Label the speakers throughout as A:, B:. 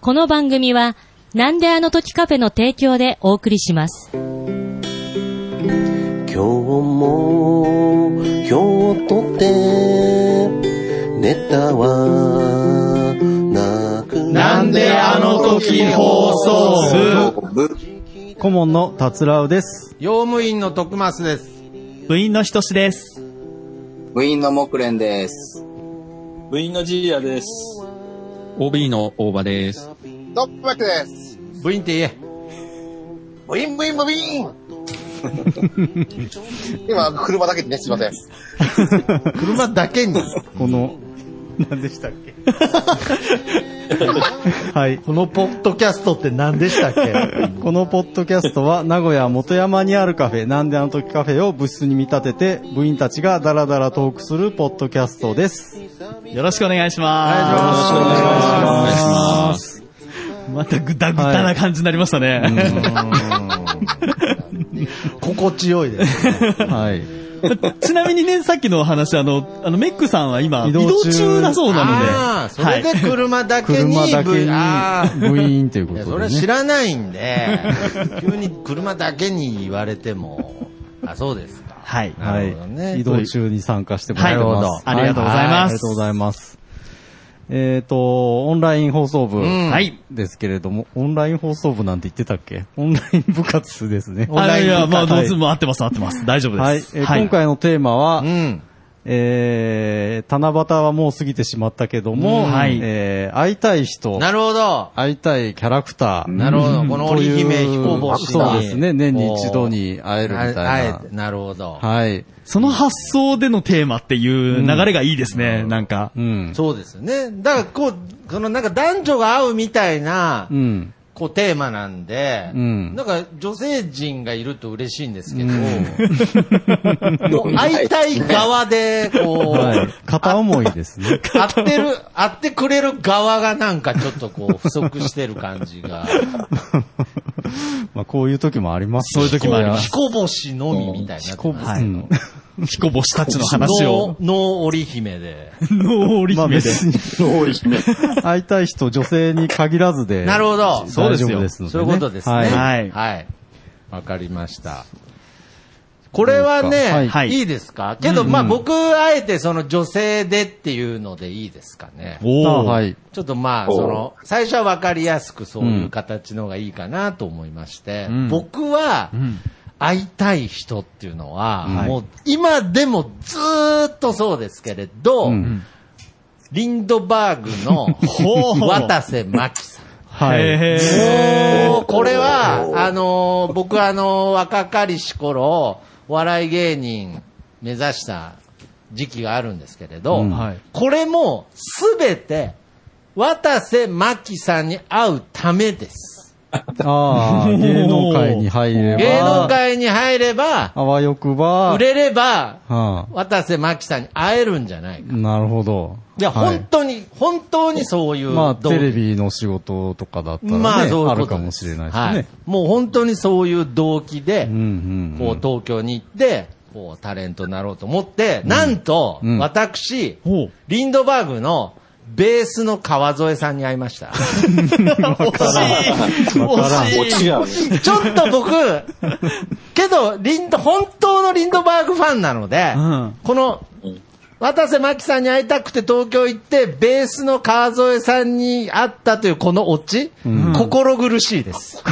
A: この番組は、なんであの時カフェの提供でお送りします。
B: 今日も今日とてネタはなく
C: なんであの時放送
D: 顧問の達郎です。
C: 用務員の徳増です。
D: 部員のひとしです。
E: 部員の木蓮です。
F: 部員のジーヤです。OB の大場です。
G: ドップバックです。
C: 部員って言え。
G: ブインブインブイン今、車だけにね、すいません。
C: 車だけに。
D: この、何でしたっ けはい。
C: このポッドキャストって何でしたっけ
D: このポッドキャストは名古屋元山にあるカフェ、なんであの時カフェを部室に見立てて、部員たちがダラダラトークするポッドキャストです。
H: よろしくお願いしま
C: よろしくお願いし
F: お願いします。
H: す。またグダグダな感じになりましたね。
C: 心地よいです。
D: はい。
H: ちなみにね、さっきのお話、あの、あの、メックさんは今、
D: 移
H: 移
D: 動
H: 動
D: 中
H: 中だそうなので。
C: ああ、それで車だけに、
D: 車だけ
C: 部あ
D: に、部員というこ
C: あ、いやそ
D: と
C: れ
D: で
C: は知
D: ね。
C: らないん で、急に車だけに言われても、あ、そうですか。
H: はい。
C: な
D: は
C: るほどね
D: い。移動中に参加してもらってます。
H: はいなるほどありがとうございます
D: はありがとうございます。えっ、と、オンライン放送部。
C: ん
H: はい。
D: ですけれども、オンライン放送部なんて言ってたっけオンライン部活ですね。
C: ンラ
H: あ
C: イン
H: いや、まあ、
D: はい
H: どうずも合ってます、合ってます。大丈夫
D: はい、
H: です。
D: えー今回のテーマは、
C: うん。
D: えー、七夕はもう過ぎてしまったけども、
H: うんはい
D: えー、会いたい人、
C: なるほど。
D: 会いたいキャラクター、
C: なるほど。この
D: と
C: 織
D: いう
C: 姫飛行帽子に
D: そうですね、年に一度に会えるみたい
C: あ
D: な
C: あえ。てなるほど。
D: はい。
H: その発想でのテーマっていう流れがいいですね、なんか。
D: うん。
C: そうですね。だからこう、そのなんか男女が合うみたいな
D: う、ん。
C: こうテーマなんで、
D: うん
C: なんか女性陣がいると嬉しいんですけど、
E: どう
C: 会いたい側で、こう、
D: はい。片思いで すね。
C: 会ってる、会ってくれる側がなんかちょっとこう不足してる感じが、
D: まあ、こういう時もあります。
H: そういう時もあります。
C: 彦星のみみたいになってますけど、
D: うん
H: 彦星たちの話を
C: の、。能織姫で。
H: ノーオリ
D: まあ
H: 姫で。
D: 別に、会いたい人、女性に限らずで。
C: なるほど。
H: そう
D: 大
H: です
D: 丈
H: よ
D: 夫ですので、
C: そういうことですね。
D: はい。
H: はい
C: はい。わ、かりました。これはね、
D: はい
C: い、
H: はいい
C: ですかけど、まあ僕、あえてその女性でっていうのでいいですかね。
D: あ
H: お
D: は
H: ー。
D: い。
C: ちょっとまあ、その、最初はわかりやすくそういう形の方がいいかなと思いまして、
H: うん
C: 僕は、
H: うん
C: 会いたい人っていうのは、
D: はい
C: もう今でもずーっとそうですけれど、
D: うん
C: リンドバーグの
H: ほ う
C: 渡瀬真希さん。
D: はい。
H: へ
C: もうこれは、あのー僕はあのー若かりし頃、お笑い芸人目指した時期があるんですけれど、
D: うん
H: はい
C: これもすべて、渡瀬真希さんに会うためです。
D: ああ、芸能界に入れば。
C: 芸能界に入れば、
D: あわよくば。
C: 売れれば、
D: は
C: 渡瀬真希さんに会えるんじゃないか。
D: あ、なるほど。
C: いや、
D: はい
C: 本当に、本当にそういう
D: まあ、
C: 動機
D: テレビの仕事とかだったらね、
C: まあ、そういう
D: あ
C: こ
D: る
C: と
D: かも
C: です
D: しれない
C: は
D: で
C: い。もう本当にそういう動機で、
D: すね。うんうんうん。
C: こう東京に行って、こうタレントになろうと思って、なんと、
D: うん
C: 私、
H: ほう。
C: リンドバーグのベースの川添さんに会いま した。
H: 惜しい
D: わからん
H: 惜しい
F: 違う。
C: ちょっと僕、けど、リンド、本当のリンドバーグファンなので、
H: うん
C: この、渡瀬真希さんに会いたくて東京行って、ベースの川添さんに会ったというこのオチ、心苦しいです。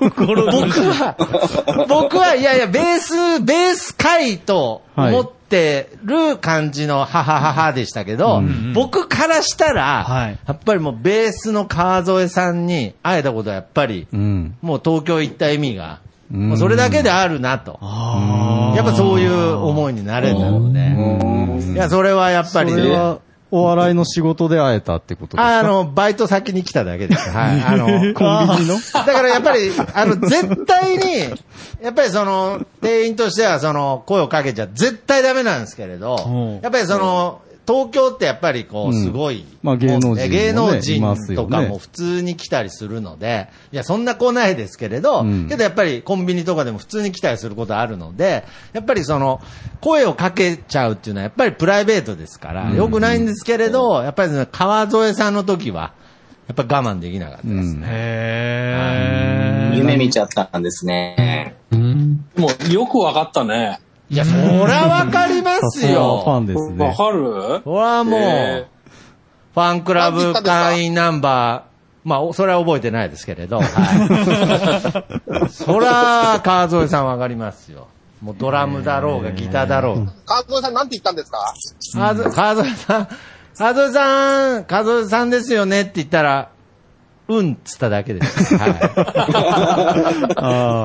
H: 心
C: 僕は、僕は、いやいや、ベース、ベース会と思ってる感じのははははでしたけど、僕からしたら、
H: はい
C: やっぱりもうベースの川添さんに会えたことはやっぱり、
D: うん。
C: もう東京行った意味が、
D: ん
C: もうそれだけであるなと。
H: あー
C: やっぱそういう思いになれたので。いや、それはやっぱり
D: そ
C: ね、
D: れは、お笑いの仕事で会えたってことですか
C: あの、バイト先に来ただけです。はい。 あの、
D: コンビニの
C: だからやっぱり、あの、絶対に、やっぱりその、店員としてはその、声をかけちゃ絶対ダメなんですけれ
H: うん
C: ど、やっぱりその、東京ってやっぱりこ
D: う
C: う、
D: ん
C: すごい、
D: まあ芸能人もね
C: 芸能
D: います
C: 人
D: よ
C: と
D: ね
C: かも普通に来たりするので、いや、そんな来ないですけれど
D: うん、
C: けどやっぱりコンビニとかでも普通に来たりすることあるので、やっぱりその、声をかけちゃうっていうのはやっぱりプライベートですから、良くないんですけれど、やっぱりその川添さんの時は、やっぱ我慢できなかったですね。
H: へ
E: 夢見ちゃったんですね。
F: もうよくわかったね。
C: いや、そらわかりま
D: さ
C: す
D: すがはファ
C: よ。
D: ンです
F: わ
D: ね。
F: かる
C: そらもう、
F: え
C: ファンクラブ会員ナンバー、まあ、おそれは覚えてないですけれど、 はい。そら、川添さんわかりますよ。もうドラムだろうが、ギターだろうが。
G: 川添さんなんて言ったんですか
C: 川添川添さん、川添さん、川添さんですよねって言ったら、うんっつっただけです。はい。
D: あ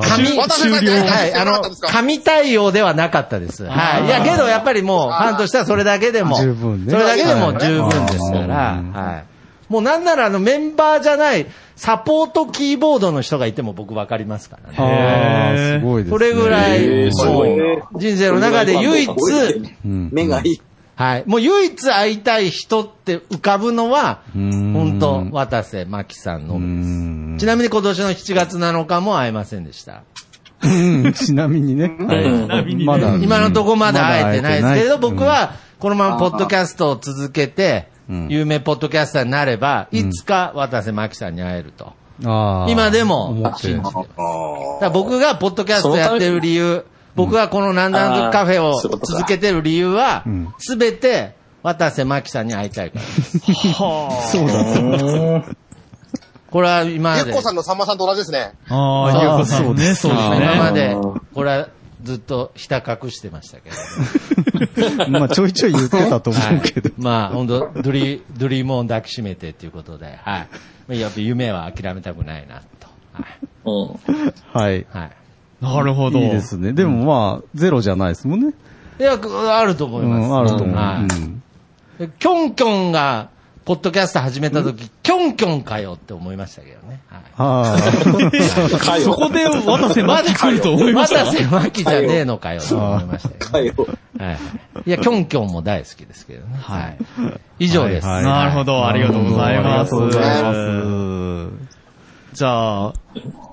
D: ー
C: 紙
G: 私だけ
C: はい。あの、紙対応ではなかったです。はい。いや、けどやっぱりもう、ファンとしてはそれだけでも、
D: 十分ね
C: それだけでも十分ですから、
D: うん
C: はい。もうなんならあのメンバーじゃない、サポートキーボードの人がいても僕わかりますからね。
D: あ
H: へ
D: ー、
H: ー
D: すごいです
C: そ
D: ね。
C: れぐら
F: へ
C: い、
F: ーすごい
C: もう人生の中で唯一、
D: うん
E: 目がいい。
C: はい。もう唯一会いたい人って浮かぶのは、
D: うん
C: 本当渡瀬真希さんの
D: う
C: みです。
D: ん
C: ちなみに今年の7月7日も会えませんでした。
D: うんちなみにね。まだ。
C: 今のとこまだ会えてないですけれど、
D: まだ会えてない
C: 僕、はこのままポッドキャストを続けて、
D: うん
C: 有名ポッドキャスターになれば、いつか渡瀬真希さんに会えると。
D: あー
C: 今でも
D: 思って
C: 信じてます。だから僕がポッドキャストやってる理由、僕がこのなんだんカフェを
F: あーそういうことだ
C: 続けてる理由は
D: うん、
C: すべて渡瀬真希さんに会いたいからです。
D: そうだ。
C: これは今ま
G: ゆ
C: で。
G: っこさんのさんまさんと同じですね。
H: ああ、ゆうこさんね、そうですね。
C: 今まで
F: あー、
C: これはずっとひた隠してましたけど。
D: まあちょいちょい言ってたと思うけど。
C: まあ、本当ドリ、ドリームを抱きしめてということで、はい。やっぱ夢は諦めたくないな、と。は
F: うん。
D: はい。
C: い。 はい。
H: なるほど。
D: いいですね。でもまあ、ゼロじゃないですもんね。
C: いや、くあると思
D: う
C: います。
D: ん、あると思う。
C: は
D: うん
C: いでキョンキョンが、ポッドキャスト始めた時、キョンキョンかよって思いましたけどね。はい。
D: あ
H: そこで渡瀬まで来ると思いま
C: ま
H: した
C: た。せまきじゃねえのかよと思いましたけどね、
E: よ。
C: はい。いや、キョンキョンも大好きですけどね。はい。以上です。
D: はい
H: なるほど、ありがとうございます。
D: ありがとうござい
H: ます。じゃあ、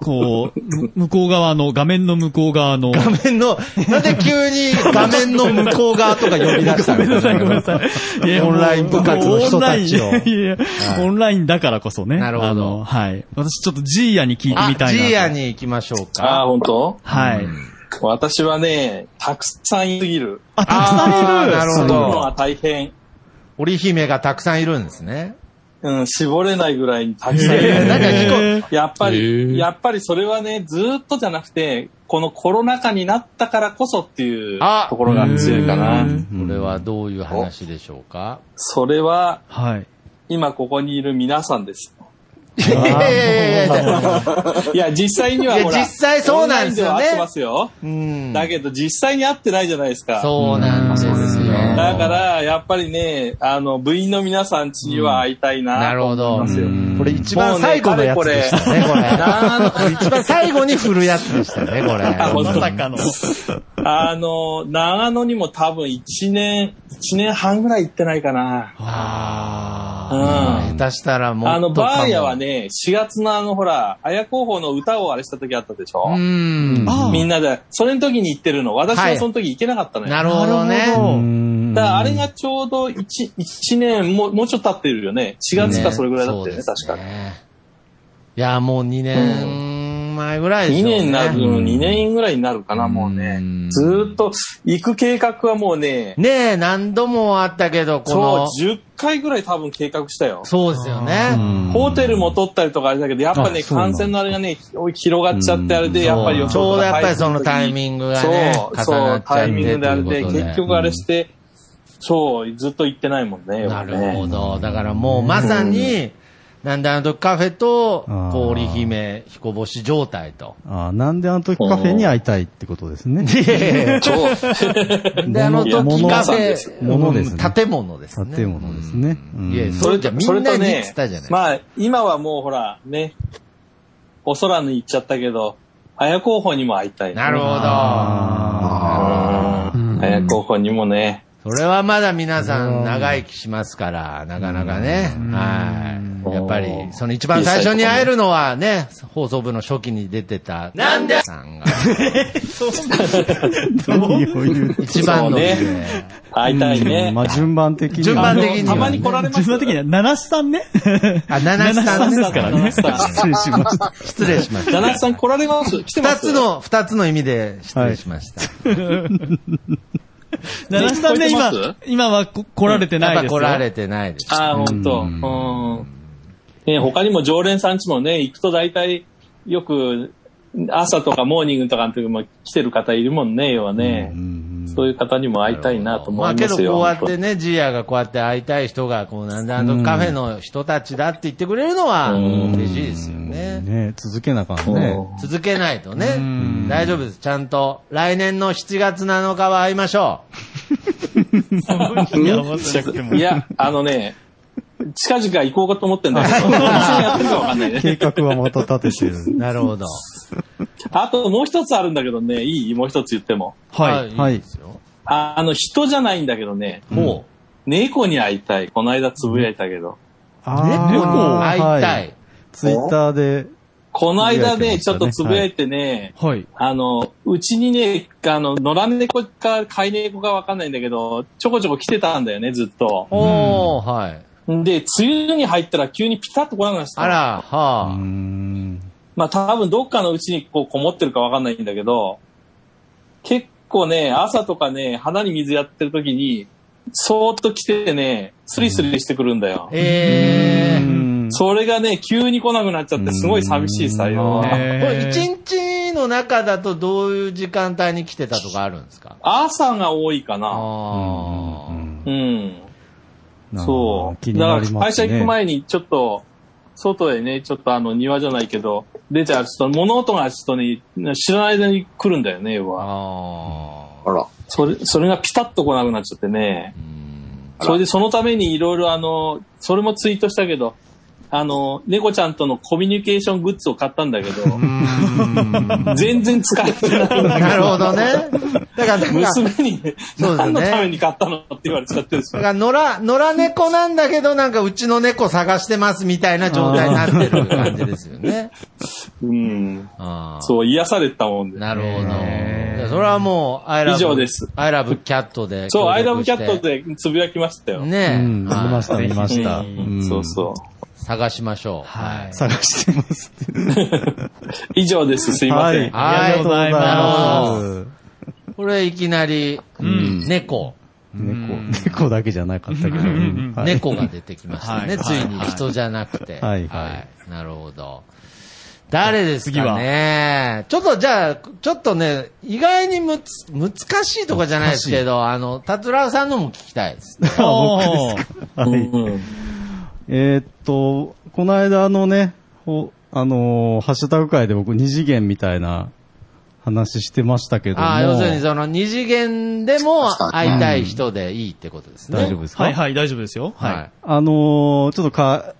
H: こう、む向こう側の、画面の向こう側の、
C: 画面の、なんで急に画面の向こう側とか呼び出した
H: ごめんなさい、ごめんなさ い。や
C: オンライン部活の人たちを
H: もうオンラインいやいやオンラインだからこそね。
C: なるほど
H: あのはい。私ちょっとジーヤに聞いて
C: あ、
H: みたいなと。
C: ジーヤに行きましょう
F: ああ、
C: か。
F: 本当？
H: はい。
F: 私はね、たくさんいすぎる。
H: あ、たくさんいる
C: あーなるほ
F: そ
C: ど
F: のは大変。
C: 織姫がたくさんいるんですね。
F: うん、絞れないぐらいにたくさんい
C: へー
F: る。
C: なんか聞
F: やっぱ
I: へー
F: り、やっぱりそれはね、ずーっとじゃなくて、このコロナ禍になったからこそっていう
C: あ
F: ところが強いかな。
C: これはどういう話でしょうか
F: それは、
H: はい。
F: 今ここにいる皆さん です。
C: いやいやいやいや
F: いや、実際にはい
C: や
F: ほら、
C: 実際そうなんですよね
F: オンラインは会ってますよ。
C: うん
F: だけど実際に会ってないじゃないですか。
C: そうなんですよ。
F: だから、やっぱりね、あの、部員の皆さんちには会いたい
C: な
F: な。
C: るほど。これ一
F: も
C: 番
F: うね
C: 最後のやつでしたね、これ。
F: な
C: これ一番最後に振るやつでしたね、これ。
F: あ本
H: ま
F: 当
H: さかの。
F: あの、長野にも多分1年、1年半ぐらい行ってないかな。
C: あー下手したらもう。
F: あの、バーヤは。ね、4月のあの、ほら、綾候補の歌をあれした時あったでしょ
C: う、ん。
H: あ
F: みんなで、それの時に行ってるの。私はその時行けなかったのよ。
C: なるほどね。
D: ー
F: だからあれがちょうど 1, 1年もう、もうちょっと経ってるよね。4月かそれぐらいだったよね、
C: そうで
F: 確か。
C: すいや、もう2年前ぐらいで
F: 2
C: すよね。
F: 年になる、2年ぐらいになるかな、もうね。ずーっと、行く計画はもうね、
C: ねえ、何度もあったけど、こ
F: そ
C: の、
F: う、10回ぐらい多分計画したよ。
C: そうですよね。
F: ホテルも取ったりとかあれだけど、やっぱ
D: あ
F: ね、
D: そうなん
F: 感染の
D: だ
F: あれがね、ひ広がっちゃってあれで、やっぱり予
C: ちょ
F: 想
C: うど
F: が
C: やっぱりそのタイ
F: ン
C: ミング
F: グ
C: がね、
F: そう、
C: 重
F: そ
C: なっ
F: う、
C: ちゃ
F: タ
C: っ
F: イ
C: て
F: ミングであれ
C: とい
F: で、
C: うこと
F: 結局あれして、そう、ずっと行ってないもんね。やっ
C: な
F: ぱね
C: るほど。だからもうまさに、なんであの時カフェと、
D: あー
C: こう織姫、彦星状態と。
D: あーなんであの時カフェに会いたいってことですね。
C: で、あの時カフェ、
D: ものですね
C: うん建物ですね。
D: 建物ですね。
C: うん。いや、
D: うん
C: それじゃみ
F: それ
C: んな
F: と
C: に言っ
F: ね
C: てたじゃない、
F: まあ、今はもうほら、ね、お空に行っちゃったけど、綾候補にも会いたい、
C: なるほど。
F: ど。綾候補にもね、
C: それはまだ皆さん長生きしますから、なかなかね。はやっぱり、その一番最初に会えるのはね、放送部の初期に出てた、なんでさんが、
D: 何を言う
C: 一番のね
F: そう会いたいね。
D: まあ順番的には。
C: 順番的にはね
F: たまに来られます
H: 自分的には、七七さんね。
C: あ、七七さんですからね。
F: 七七さん
D: 失礼しました。
C: 失礼しました。
F: 七七さん来られます来てま
C: 二
F: す
C: つの、二つの意味で失礼しました。
H: 七七さんね、
F: 聞こえ
H: 今
F: てます、
H: 今はこ来られて
C: や
H: ない
C: っぱ
H: です
C: 来
H: よ。
C: られてないです。
F: ああ、ほんと。うん。ね他にも常連さんちもね、行くと大体、よく、朝とかモーニングとかの時も来てる方いるもんね、要はね。そういう方にも会いたいなと思
C: まあ
F: い
C: け
F: ま
C: ど
F: すよ。
C: こうやってね、ジーヤがこうやって会いたい人が、こう、なんであのカフェの人たちだって言ってくれるのは、嬉しいですよね。
D: ね続けなあかん
F: ね
D: ね。
C: 続けないとね。大丈夫です。ちゃんと、来年の7月7日は会いましょ
H: いやわかんない
F: いや、あのね、近々行こうかと思ってんだけど、一緒にやってるかわかんないね。
D: 計画はまた立てて
C: う。
D: る。
C: なるほど。
F: あともう一つあるんだけどね、いいもう一つ言っても。
H: はい。
D: はい
C: いですよ。
F: ああの、人じゃないんだけどね、
C: も
F: 猫に会いたい。この間つぶやいたけど。
D: あ
C: う、
D: ー
C: 猫に会いた。
D: はいツイッターで、
F: この間ね、
D: つ
F: ち
D: ぶ
F: ょ
D: やいてましたね
F: っとつぶやいてね、
H: はい。
F: あの、うちにね、あの、野良猫か飼い猫かわかんないんだけど、ちょこちょこ来てたんだよね、ずっと。
C: おー、はい。
F: で、梅雨に入ったら急にピタッと来なくなった。
C: あら、は
D: うー
C: あ。
D: ん
F: まあ多分どっかのうちにこうこもってるかわかんないんだけど、結構ね、朝とかね、花に水やってる時に、そーっと来てね、スリスリしてくるんだよ。
C: え
D: う
C: ー。
D: ん
F: それがね、急に来なくなっちゃって、すごい寂しいさよ。
C: こ
H: ね
C: れ一日の中だとどういう時間帯に来てたとかあるんですか
F: 朝が多いかな。
C: あー
F: うん。
D: なあ
F: そう。
D: 気になり
F: だから
D: ま
F: 会
D: す
F: 社行く
D: ね。
F: 前にちょっと、外へね、ちょっとあの庭じゃないけど、出てゃうと物音がちょっとね、知らない間に来るんだよね、要は。
C: あー。
E: あら。
F: それ、それがピタッと来なくなっちゃってね。それでそのためにいろいろあの、それもツイートしたけど、あの、猫ちゃんとのコミュニケーショングッズを買ったんだけど、全然使えてない んだけ
C: なるほどね。 だから、なんか
F: 娘に、ね、
C: そうです
F: 何
C: ね
F: のために買ったのって言われちゃってるんです
C: だ
F: よ。
C: から野良、野良猫なんだけど、なんかうちの猫探してますみたいな状態になってる感じです よね。
F: うん。
C: あー
F: そう、癒されたもんで。
C: なるほど。じゃあそれはもう、アイラブ、
F: 以上です
C: アイラブキャットで。
F: そう、アイラブキャット
C: で。
F: でつぶやきましたよ。
D: う
C: ねえ、
D: ん、見
C: はい
D: ました、見ました。
F: うんそうそう。
C: 探しましょう。はい。
D: 探してますって。
F: 以上です。すいま
D: はい
F: せん。。
C: はい
D: ありがとうございます。
C: これいきなり、猫、
D: 猫、猫だけじゃなかったけど。はい
C: 猫が出てきましたね。
H: はい
C: ついに人じゃなくて。
D: はい
C: なるほど。誰ですかねちょっとじゃあ、ちょっとね、意外にむつ、難しいとかじゃないですけど、あの、達郎さんのも聞きたいですね。
H: あ僕ですか
D: はい。
F: うん
D: えーっと、この間のね、ほあのーハッシュタグ会で僕二次元みたいな話してましたけども。
C: ああ、要するにその二次元でも会いたい人でいいってことですね。
D: 大丈夫ですか
H: はいはい、大丈夫ですよ。
C: はい。
H: は
D: あのーちょっとか、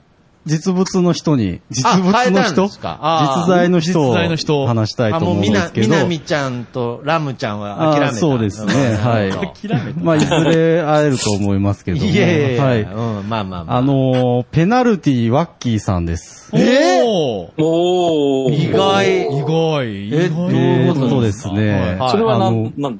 D: 実物の人に、実
C: あ
D: 物
C: 変え
D: の
C: たん
D: 人
C: ですかあー
D: 実在の人
H: 実在の人
D: を話したいと
C: あ、もう
D: 思うん
C: み
D: で
C: な
D: す、け
C: み
D: ど。
C: なみちゃんとラムちゃんは諦め
D: あー
C: た。
D: そうですね
C: うん
D: はい
C: なるほ
H: い。諦めた。
D: まあ、いずれ会えると思いますけ
C: ど
D: ども。
C: いやいやいや、
D: はい。
C: うん、まあまあまあ。
D: あのーペナルティワッキーさんです。
C: え
H: おー
F: おー。
C: 意外。
H: 意外。
C: え
H: 意外
C: どういうこと
D: ですね
H: は
F: それはな
D: あの
F: ん、なん、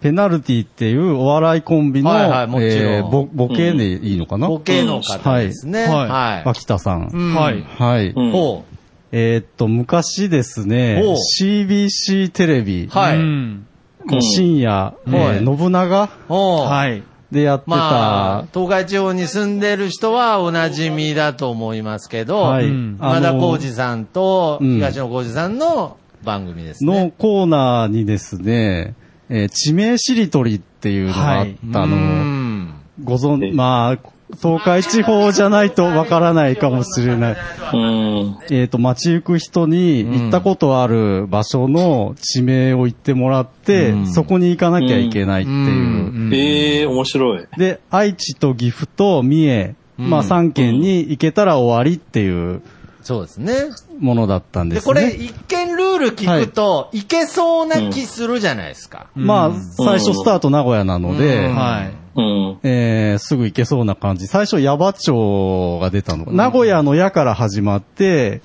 D: ペナルティっていうお笑いコンビの、
C: はいはいもちろん
D: えーボボケでいいのかな、
C: ボケの方ですね。
H: はい
C: はい。
D: 脇田さん。
H: い
C: うん
H: はい。
D: はい。
F: うん
C: ほ
D: えーっと、昔ですね
C: おう、
D: CBC テレビ、
C: う。は
H: う
C: い。
H: ん
D: こう深夜、え
C: はい
D: ー信長
C: ほう。
H: はい。
D: でやってた、
C: まあ、東海地方に住んでる人はお馴染みだと思いますけど、
D: はい
C: うん今田
D: あの
C: 浩二さんと
D: うん
C: 東野浩二さんの番組ですね。
D: のコーナーにですね、えー地名しりとりっていうのがあった
C: う
D: の、
C: ん
D: ご存、まあ、東海地方じゃないとわからないかもしれない。
F: うん。
D: えっ、と、街行く人に行ったことある場所の地名を言ってもらって、そこに行かなきゃいけないっていう。
C: うん
F: ええー、面白い。
D: で、愛知と岐阜と三重、まあ3県に行けたら終わりっていう
C: そうですね。
D: ものだったんで
C: で、
D: すね。
C: これ、一見ルール聞くと、いけそうな気するじゃないですか。
D: まあ、最初スタート名古屋なので、
C: うん
H: はい。
F: うん。
D: えー、すぐ行けそうな感じ。最初、矢場町が出たの。名古屋の矢から始まって、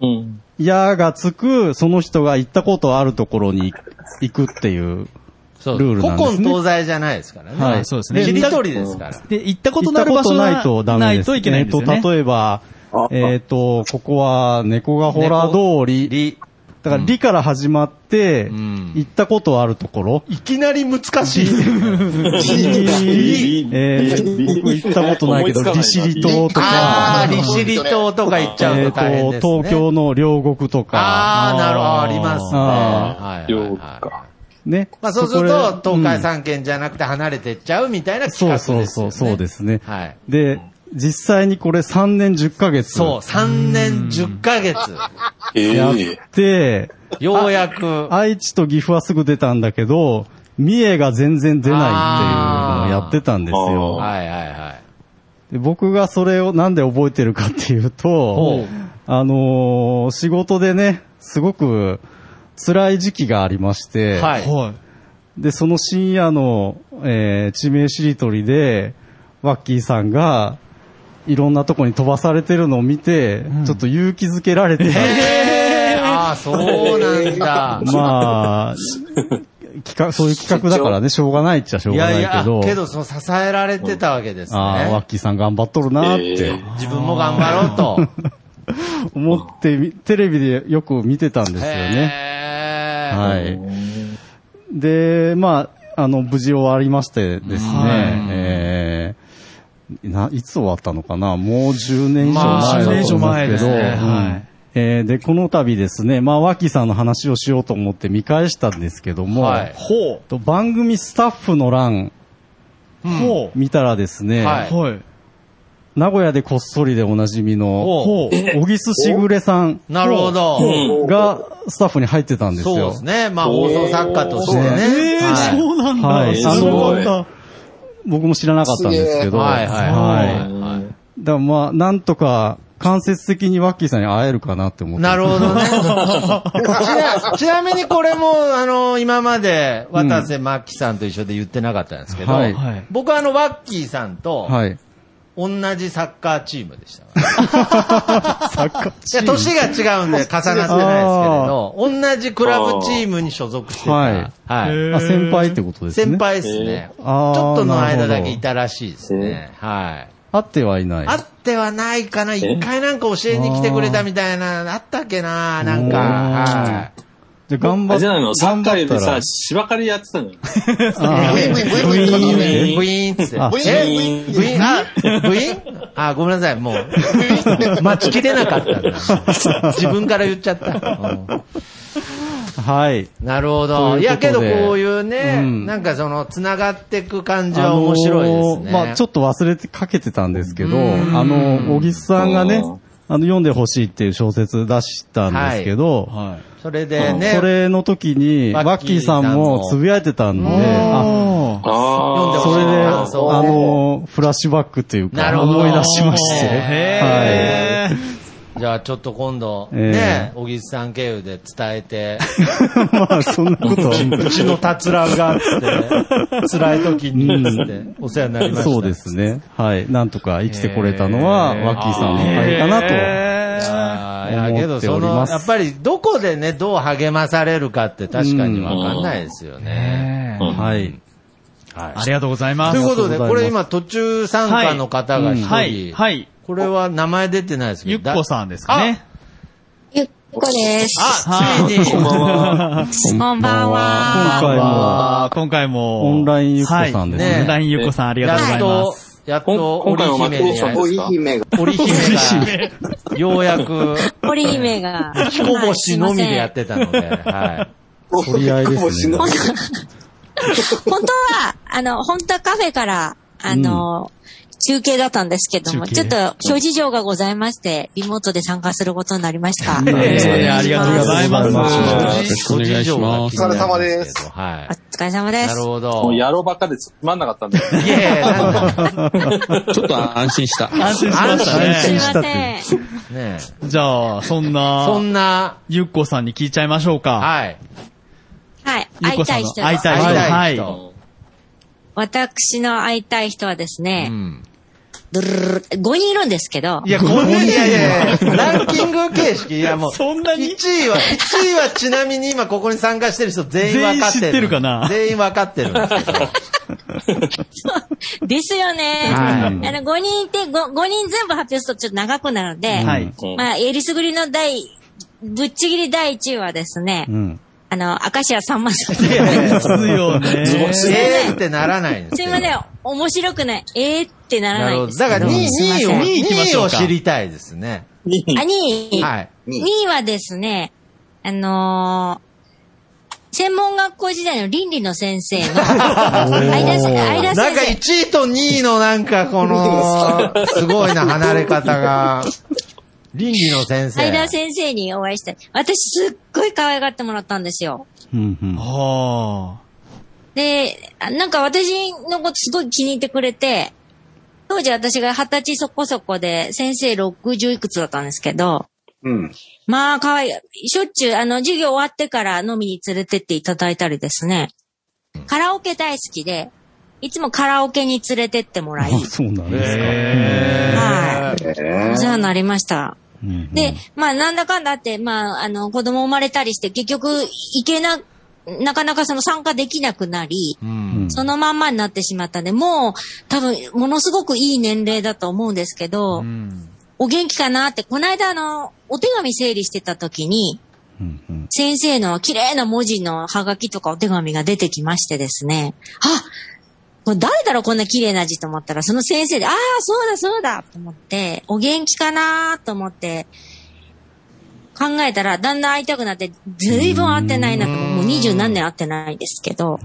F: うん。
D: 矢がつく、その人が行ったことあるところに行くっていう。
C: そう
D: ルールなんですね
C: 古今東西じゃないですからね。
H: はいそうですね
C: しりとりですから。
H: で、行ったこと
D: 行っ
H: のあ
D: た
H: る
D: こ
H: 場
D: と
H: 所
D: ないとダメ
H: な
D: で
H: い
D: す、
H: と
D: ね。
H: いけないんですよね。
D: えっと、例えば、えっ、と、ここは猫がほら通り。
C: り。
D: だから、りから始まって、
C: うん
D: 行ったことあるところ。
C: いきなり難しい。
G: り
D: えー、僕行ったことないけど、
F: 思いつかない
D: 利
F: な
D: 尻島と
C: あ
D: か
C: あ、、利尻島とか行っちゃ
D: え
C: う
D: っ、
C: と大変です、ね。
D: と、東京の両国とか、
C: ああ、なるほど、ありますね。
D: あ
C: はいはい
F: 了
C: はい
F: 解。
D: ね。
C: まあそうする
D: そ
C: と、
D: こで
C: 東海三県じゃなくて離れてっちゃうみたいな企
D: そ
C: 画
D: う
C: ですよね。。
D: そうそう、そうですすね。
C: はい。
D: で、実際にこれ3年10ヶ月
C: そう、3年10ヶ月。
E: え
D: やっ
E: え
D: て、
C: ようやく。
D: 愛知と岐阜はすぐ出たんだけど、三重が全然出ないっていうのをやってたんですよ。
C: はいはいはい。
D: で僕がそれをなんで覚えてるかっていう
C: ほ
D: と
C: う、
D: あのー仕事でね、すごく辛い時期がありまして、
C: はい
H: はい。
D: で、その深夜の、えー地名しりとりで、ワッキーさんが、いろんなとこに飛ばされてるのを見て、ちょっと勇気づけ られて、
C: えー、ああ、そうなんだ。
D: まあ、企画、そういう企画だからね、しょうがないっちゃしょう
C: い
D: が
C: や
D: ないいけ
C: や
D: ど、、
C: けど、その支えられてたわけですね。
D: ああ、ワッキーさん頑張っとるなって
C: 自分も頑張ろうと。
D: 思ってみ、テレビでよく見てた んですよね。
C: へー
D: はい。で、まあ、あの、無事終わりましてですね、えーな、いつ終わったのかなもう10年以上
C: まあ
D: 前だと思うん
H: 10年
D: で
H: 以上前で
D: すけど、
H: すねはい
D: うんえーで、この度ですね、まあ、ワッキーさんの話をしようと思って見返したんですけども、
C: はい
H: ほ
D: と番組スタッフの欄
H: う。ほ
D: 見たらですね、
C: は
H: う。はい。
D: 名古屋でこっそりでおなじみの、
H: ほう。
D: 小木須しぐれさん
C: なるほど。
D: がスタッフに入ってたんです
C: そう
D: よ
C: です。ね。まあ、放送作家としてね。
H: ええー、
C: はい
H: そうなんだ。
D: はい
H: 知らなかった
E: すご
D: 僕も知らなかったんですけど、
C: はいはい
D: はいだからまあ、なんとか間接的にワッキーさんに会えるかなって思って。
C: なるほど ね。ちなちなみにこれも、あの、今まで、渡瀬真希さんと一緒で言ってなかったんですけど、
D: はい
H: はい
C: 僕はあの、ワッキーさんと、
D: はい。
C: 同じサッカーチームでしたから。
D: サッカー
C: いや、年が違うんで重なってないですけれど、同じクラブチームに所属してた。
D: は
C: はいい。
H: へ
D: あ、先輩ってことですね。
C: 先輩ですね。ち
D: あー
C: ょっとの間だけいたらしいです
E: な
C: ね。はい。
D: 会ってはいない。
C: あってはないかな一回なんか教えに来てくれたみたいな、あったっけななんか。は
D: で、頑
F: あ
D: 張
F: れ
D: っ
F: じゃないのサッカーより
D: 頑張ったら
F: さ、芝刈りやってたのよ。
D: あー
G: ブイブイブイブイブイブイ
C: い。
F: え
C: ブイーンっつって。
D: あ
C: ブイーンブイーンあ、ブイーンあ、ごめんなさい、もう。待ちきれなかったんだ。自分から言っちゃった。うん
D: はい。
C: なるほど。
D: ということで
C: いやけどこういうね、
D: うん
C: なんかその、繋がってく感じは面白いですね。
D: あのーまあ、ちょっと忘れてかけてたんですけど、あのー、小木さんがね
E: うん、
D: あの、読んでほしいっていう小説出したんですけど、
H: はい。
C: それでね、
D: それの時に、
C: ワッ
D: ワッキーさんもつぶやいてたんで、あ
H: あー
C: 読んで
F: ああ。
C: ほし
D: そ
C: い
D: れで、あ
C: 感想をね
D: のー、フラッシュバックという
C: なる
D: か、
C: ほど
D: 思い出しまし て、はい。
H: へ
C: じゃあちょっと今度、ね、
D: ええ
C: 小木さん経由で伝えて、
D: まあ、そんなこと
C: うちのたつらが、つってね、辛い時に、つって、お世話になりました。
D: そうですね。はい。なんとか生きてこれたのは、ワッキーさんのおかげかなと。
C: あーいやけど、そ
D: 思っており
C: の、
D: ます
C: やっぱりどこでね、どう励まされるかって確かにわかんないですよね。
H: え。
D: はい。
H: ありがとうございま
C: と
H: す。
C: いうことで、
D: ありがとうございます
C: これ今途中参加の方が一人、
H: はい。はい。
C: これは名前出てないですけど。
H: ゆっこさんですかね。
I: ゆっこです。
C: だ。あ、ついに、
I: こんばんは。
D: 今回も、
H: あー今回も。
D: オンラインゆっこさんですね
H: はいオンラインゆっこさん、ありが
C: や
H: とうござ
C: っ
H: いま
C: と
H: す。、
C: やっと、
F: 今
C: 織
F: 回は
C: 姫
F: 松
C: に
F: 尾さん
C: 会え
F: どう
C: た
F: ですか
C: 織姫 が、ようやく、
I: 堀姫が。
C: 彦星のみでやってたので、はい。
D: 取り合いですね。
I: 本当は、あの、本当はカフェから、あの、中継だったんですけども、
D: 中継
I: ちょっと諸事情がございまして、リモートで参加することになりました。
H: えーありがとうございます。
C: お願いしま
G: お
C: す。
G: 疲れ様です。
C: は
I: お疲れ様で
C: い。
I: す
C: なる。ほ
F: も
C: ど。
F: う
C: いや
F: 野郎ばっかでつまんなかったんだよ。
C: いや、なんか
E: ちょっと安心した。
H: 安心しましたね。
I: すいま
D: したと
I: せん。
C: ね、
H: じゃあ、そん
C: そ
H: な、
C: んな、
H: ゆっこさんに聞いちゃいましょうか。
C: はい。
I: はい。
H: ゆ
I: 会
H: っこ
I: い
H: さ
I: た
H: ん
I: い
H: の
I: 人です
H: 会いたい人。
C: 会いたい
H: はい。
C: 人
I: 私の会いたい人はです
C: う
I: ね、
C: ん。
I: ドゥルルルって5人いるんですけど
C: い、や、こんな、いやいやいや、ランキング形式、いやもう、
H: そんなに
C: 1位は、1位はちなみに今ここに参加してる人全員分かってる。
H: 全員知ってるかな
C: 全員分かってるんですけど。
I: ですよね。
C: はい
I: あの、5人いて、5, 人全部発表するとちょっと長くなるので、
D: はい。
E: うん
I: まあ、えりすぐりの第、ぶっちぎり第1位はですね、
D: うん。
I: あの、明石家さんまさん。
C: いやいやいや
H: ですよね。
C: ええーってならないんです
I: すい
C: よ
I: ません、面白くない。えーってなら
C: な
I: な
C: る
I: い
C: ほ
I: で
C: ど。
I: す。
C: だから2位、
I: すいません
C: 2位を、
H: 二位行きまし
C: 2位
H: ょ
C: を
H: うか
C: 知りたいですね。
I: あ、2位。
C: はい。
I: 2位はですね、あのー専門学校時代の倫理の先生 の、相田せ相田
C: なんか
I: 先
C: 1位と2位のなんか この、すごいな、離れ方が。倫理の先
I: 生、相田
C: 生。
I: 先生にお会いして、私すっごい可愛がってもらったんですよ。
D: うん、うん。
H: あ
I: で、あなんか私のことすごい気に入ってくれて、当時私が二十歳そこそこで、先生60いくつだったんですけど、
E: うん。
I: まあ、かわいい。しょっちゅう、あの、授業終わってから飲みに連れてっていただいたりですね。カラオケ大好きで、いつもカラオケに連れてってもらい、
D: あ そうなんですか。
I: はい。
E: ええ
I: お世話になりました。
D: うんうん
I: で、まあ、なんだかんだあって、まあ、あの、子供生まれたりして、結局、行けな、なかなかその参加できなくなり、
C: うん。
I: そのまんまになってしまったんで、もう、多分、ものすごくいい年齢だと思うんですけど、
C: うん。
I: お元気かなって、この間あの、お手紙整理してた時に、
D: うんうん
I: 先生の綺麗な文字のハガキとかお手紙が出てきましてですね、あこれ誰だろうこんな綺麗な字と思ったら、その先生で、ああ、そうだそうだと思って、お元気かなと思って、考えたら、だんだん会いたくなって、ずいぶん会ってないな、もう二十何年会ってないんですけど、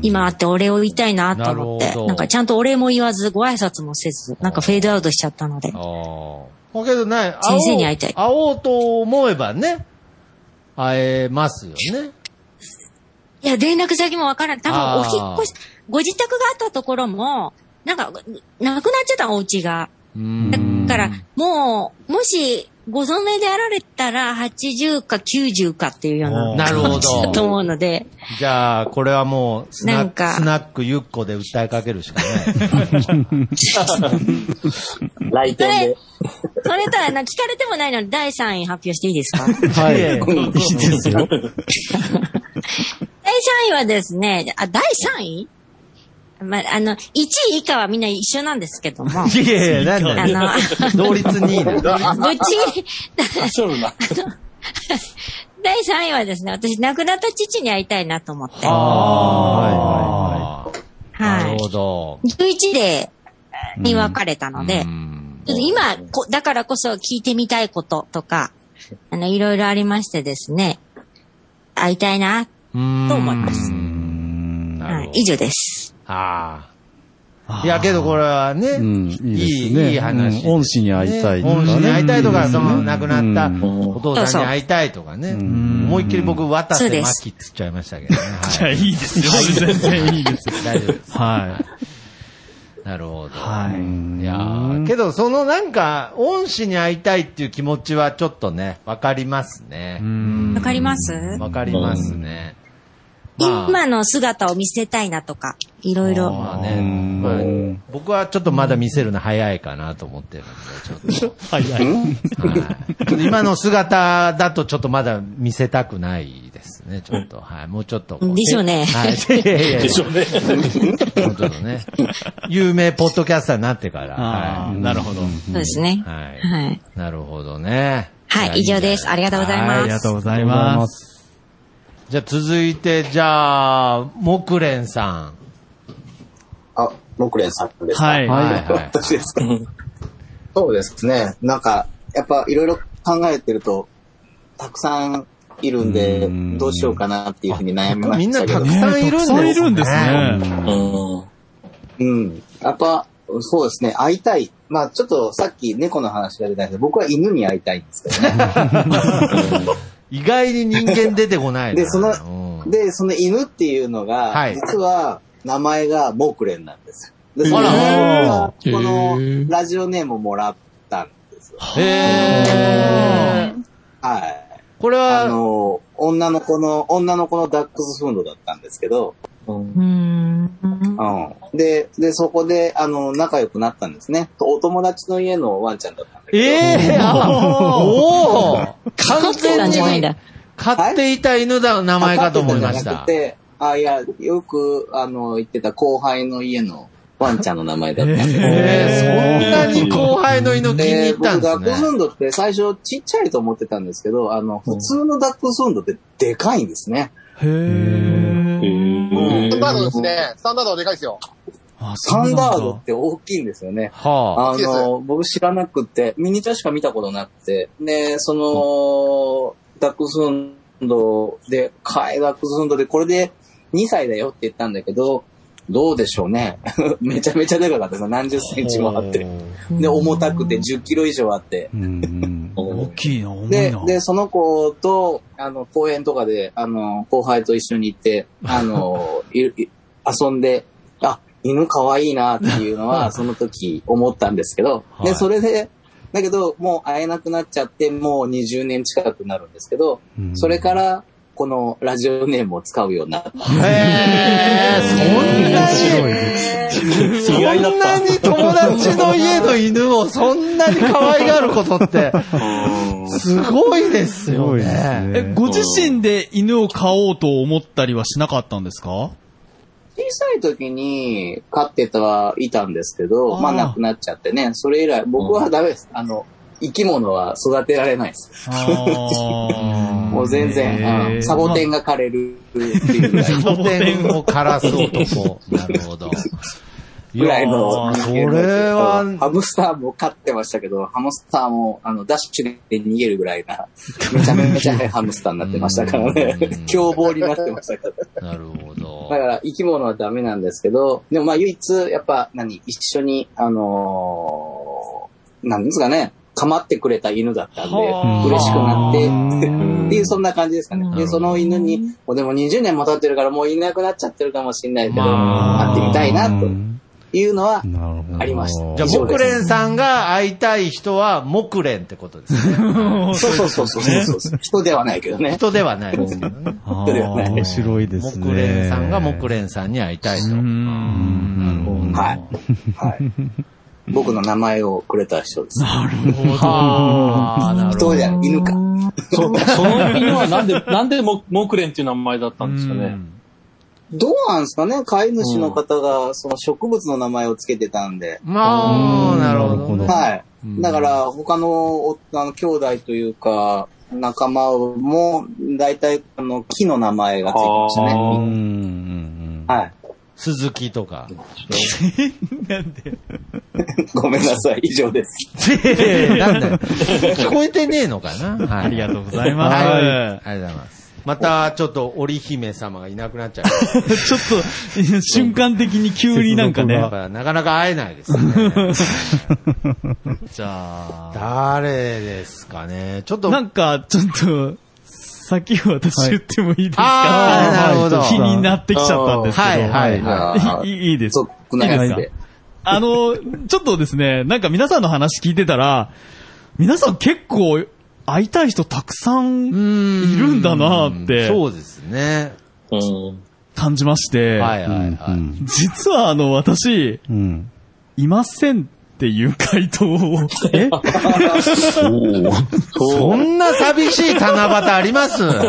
I: 今会ってお礼を言いたいなと思っ
C: な
I: て
C: るほど
I: なんかちゃんとお礼も言わず、ご挨拶もせず、なんかフェードアウトしちゃったので
C: あ。あ。だけどね、会お
I: 先
C: う
I: 生に会いたい
C: 会おうと思えばね、会えますよね。
I: いや、連絡先もわからない。多
C: あー
I: 分、お引っ越し、ご自宅があったところも、なんか、なくなっちゃったお家が。
C: うん
I: だから、もう、もし、ご存命であられたら、80か90かっていうよう
H: お
I: な
C: な
H: ー
C: るほ
I: だと
C: ど。
I: 思うので、
C: じゃあ、これはもう、スナ
I: な
C: ッ
I: ん
C: ク、
I: か
C: スナックゆっこで訴えかけるし かない。
I: そ
F: 来店
I: れ
F: で。、
I: それとはな、聞かれてもないので、第3位発表していいですか第3
C: はい。
D: いいですよ。
I: 位はですね、あ、第3位まあ、あの、1位以下はみんな一緒なんですけども、あ
C: いやいや、なんだよ。
I: の、
C: 同率2位 だよ。
I: ぶっちぎり、
F: そうな。
I: 第3位はですね、私、亡くなった父に会いたいなと思って。は
C: ああ、はいはいはい。なる
I: い。
C: ほど。
I: 11で、に別れたので
C: う、ん
I: ちょっと今こ、だからこそ聞いてみたいこととか、あの、いろいろありましてですね、会いたいな、
C: と
I: 思います
C: な
I: は
C: る
I: い
C: ほ、ど
I: 以上です。
C: ああ。いや、けどこれはね、
D: うん
C: い
D: いいです
C: い、
D: ね
C: いい話。
D: うん恩師に会いたいとかね
C: 恩師に会いたいとか、
D: うん
C: その亡くなった
D: うん
C: お父さんに会いたいとかね。
D: ん
C: 思いっきり僕、渡
I: そ
C: 瀬
I: うで
C: 真
I: す
C: 希っつっちゃいましたけどね。
H: いや、
C: はいい。
H: いですよ。全然いいです。
C: 大丈夫です。
H: はい。
C: なるほど。
H: はい。
C: いやーけどそのなんか、恩師に会いたいっていう気持ちはちょっとね、わかりますね。
I: わかります
C: わかりますね。まあ
I: 今の姿を見せたいなとか、いろいろ。
C: まあね、まあ僕はちょっとまだ見せるの早いかなと思ってるんで、ちょっ
H: 早い。
C: と。はい、ちょっと 今の姿だとちょっとまだ見せたくないですね、ちょっと。はい、もうちょっとこう。
I: でしょうね
C: はい、 いやいやいや。でしょうね。もうちょっとね。有名ポッドキャスターになってから。
H: あ
C: は
H: ーなるほど。
I: そうですね
C: い。。はい。
I: はい。
C: なるほどね。
I: はい、以上です。ありがとうござい
H: あり
I: ま
H: が
I: す
H: とう。ございます。
C: じゃあ続いて、じゃあ、木蓮さん。
G: あ、木蓮さんですか。
H: はい。
C: はいはい。
G: 私ですか。そうですね。なんか、やっぱいろいろ考えてると、たくさんいるんで、どうしようかなっていうふうに悩みま
C: みん
G: した
C: な
G: け
C: た
G: ど
C: く。さんいるんです
H: そ
C: ね。
H: ういるんですね。
F: うん。
G: うん。やっぱ、そうですね。会いたい。まあちょっとさっき猫の話が出たんですけど、僕は犬に会いたいんですけどね。
C: 意外に人間出てこないな。
G: で、その
C: う、ん
G: で、その犬っていうのが、
C: はい
G: 実は名前がモークレンなんですよ。で、
C: あら
G: そのこのラジオネームをもらったんですよ。
C: へー
G: はい。
C: これ
G: あ
C: は、
G: の、女の子の、女の子のダックスフンドだったんですけど、
F: うん
I: うーん。
G: うん。で、で、そこで、あの、仲良くなったんですね。とお友達の家のワンちゃんだったんだけど。
C: ええおお完
I: なんじゃない
C: 全
I: ん
C: に
I: だ。
C: 飼っていた犬だ名前かと思いました
G: 飼っ。てたんじゃなくてあ、いや、よく、あの、言ってた後輩の家のワンちゃんの名前だったんです
C: ええそんなに後輩の犬気に入
G: で、
C: った
G: 僕
C: んで
G: ダ
C: す
G: ック
C: ね
G: ス。フンドって最初ちっちゃいと思ってたんですけど、あの、普通のダックスフンドってでかいんですね。
H: へえ。
G: うん
J: スタンダードですね。スタンダードはでかいですよ。
H: あ、
G: サンダードって大きいんですよね。
C: はあ。
G: あの、僕知らなくて、ミニチュアしか見たことなくて、で、その、ダックスフンドで、かいダックスフンドで、これで2歳だよって言ったんだけど、どうでしょうね。 めちゃめちゃでかかったです何十センチもあって。で、重たくて10キロ以上あって。
D: うん。
H: 大きいな、重い
G: で
H: な。、
G: で、その子と、あの、公園とかで、あの、後輩と一緒に行って、あの、いい遊んで、あ、犬可愛いなっていうのは、その時思ったんですけど、
C: は
G: で、
C: い
G: それで、だけど、もう会えなくなっちゃって、もう20年近くなるんですけど、それから、このラジオネームを使うようになった。
C: へえ、そんなに。
F: 意外だ
C: そん
F: っ
C: なに友達の家の犬をそんなに可愛がることって、すごいです
D: す
C: よ
D: ごいです
C: ね。
D: ね。
H: え、ご自身で犬を飼おうと思ったりはしなかったんですか
G: 小さい時に飼ってたはいたんですけど、まあ
H: あー
G: 亡くなっちゃってね、それ以来、僕はダメです。あの、生き物は育てられないです。
H: あ
G: もう全然、うんサボテンが枯れるっていう ぐらい
C: サボテンを枯らす男。なるほど。い
G: ぐらい
C: や
G: の
C: ー、それは、
G: ハムスターも飼ってましたけど、ハムスターも、あの、ダッシュで逃げるぐらいな、めちゃめちゃ速いハムスターになってましたからね
C: うん。
G: 凶暴になってましたから。
C: なるほど
G: だ。から、生き物はダメなんですけど、でもまあ唯一、やっぱ、何、一緒に、あのーなんですかね、構ってくれた犬だったんで、
H: はあ
G: 嬉しくなって、
H: うん
G: っていう、そんな感じですかね。
C: う
G: で、
C: ん
G: その犬に、もうでも20年も経ってるから、もういなくなっちゃってるかもしれないけど、
C: まあ
G: 会ってみたいな、というのは
D: なるほど。
G: ありました。
C: じゃあ、
G: 以上
C: 木
G: です
C: 蓮さんが会いたい人は、木蓮ってことですね。
G: そうそうそうそうそうそう。人ではないけどね。
C: 人ではないですけどね。
H: あ
G: だよね
D: 面白いです
C: 木
D: ね。
C: 蓮さんが木蓮さんに会いたいと。
H: うー
C: うん
H: ん
G: はい。はい。僕の名前をくれた人です。
C: はあ、なるほど。
G: 人じゃない、犬か。
F: そその犬はなんで、なんでモモクレンっていう名前だったんですかね。
G: どうなんですかね飼い主の方が、その植物の名前をつけてたんで。
C: まあ、なるほど
D: うん
C: ね。
G: はい。だから、他のお、あの、兄弟というか、仲間も、大体、あの、木の名前がついてました
D: う
G: ね。
D: んうん
G: はい。
C: 鈴木と か。
G: ごめんなさい、以上です。
C: ええなんだよ聞こえてねえのかな、はい、
H: ありがとうございます。
C: はい。ありがとうございます。また、ちょっと、織姫様がいなくなっちゃう。
H: ちょっと、 瞬間的に急になんか
C: だ
H: ね。
C: から、なかなか会えないです ね。
H: じゃあ、
C: 誰ですかね。ちょっと、
H: なんか、ちょっと、先を私言ってもいいですか、
C: はいあーなるほど
H: 気になってきちゃったんですけど。
C: はい、はい、はい。
G: はい
H: いいいいです。
G: 俗なやつ
H: いいで
G: で。
H: あの、ちょっとですね、なんか皆さんの話聞いてたら、皆さん結構会いたい人たくさ
C: うんん
H: いるんだなって
C: そうですね。
F: うん。
H: 感じまして、
C: はい、
D: うん
C: はい、はい。
H: 実はあの私、
D: うんうん。
H: いませんっていう回答を、え
C: そんな寂しい七夕ありますちょっと、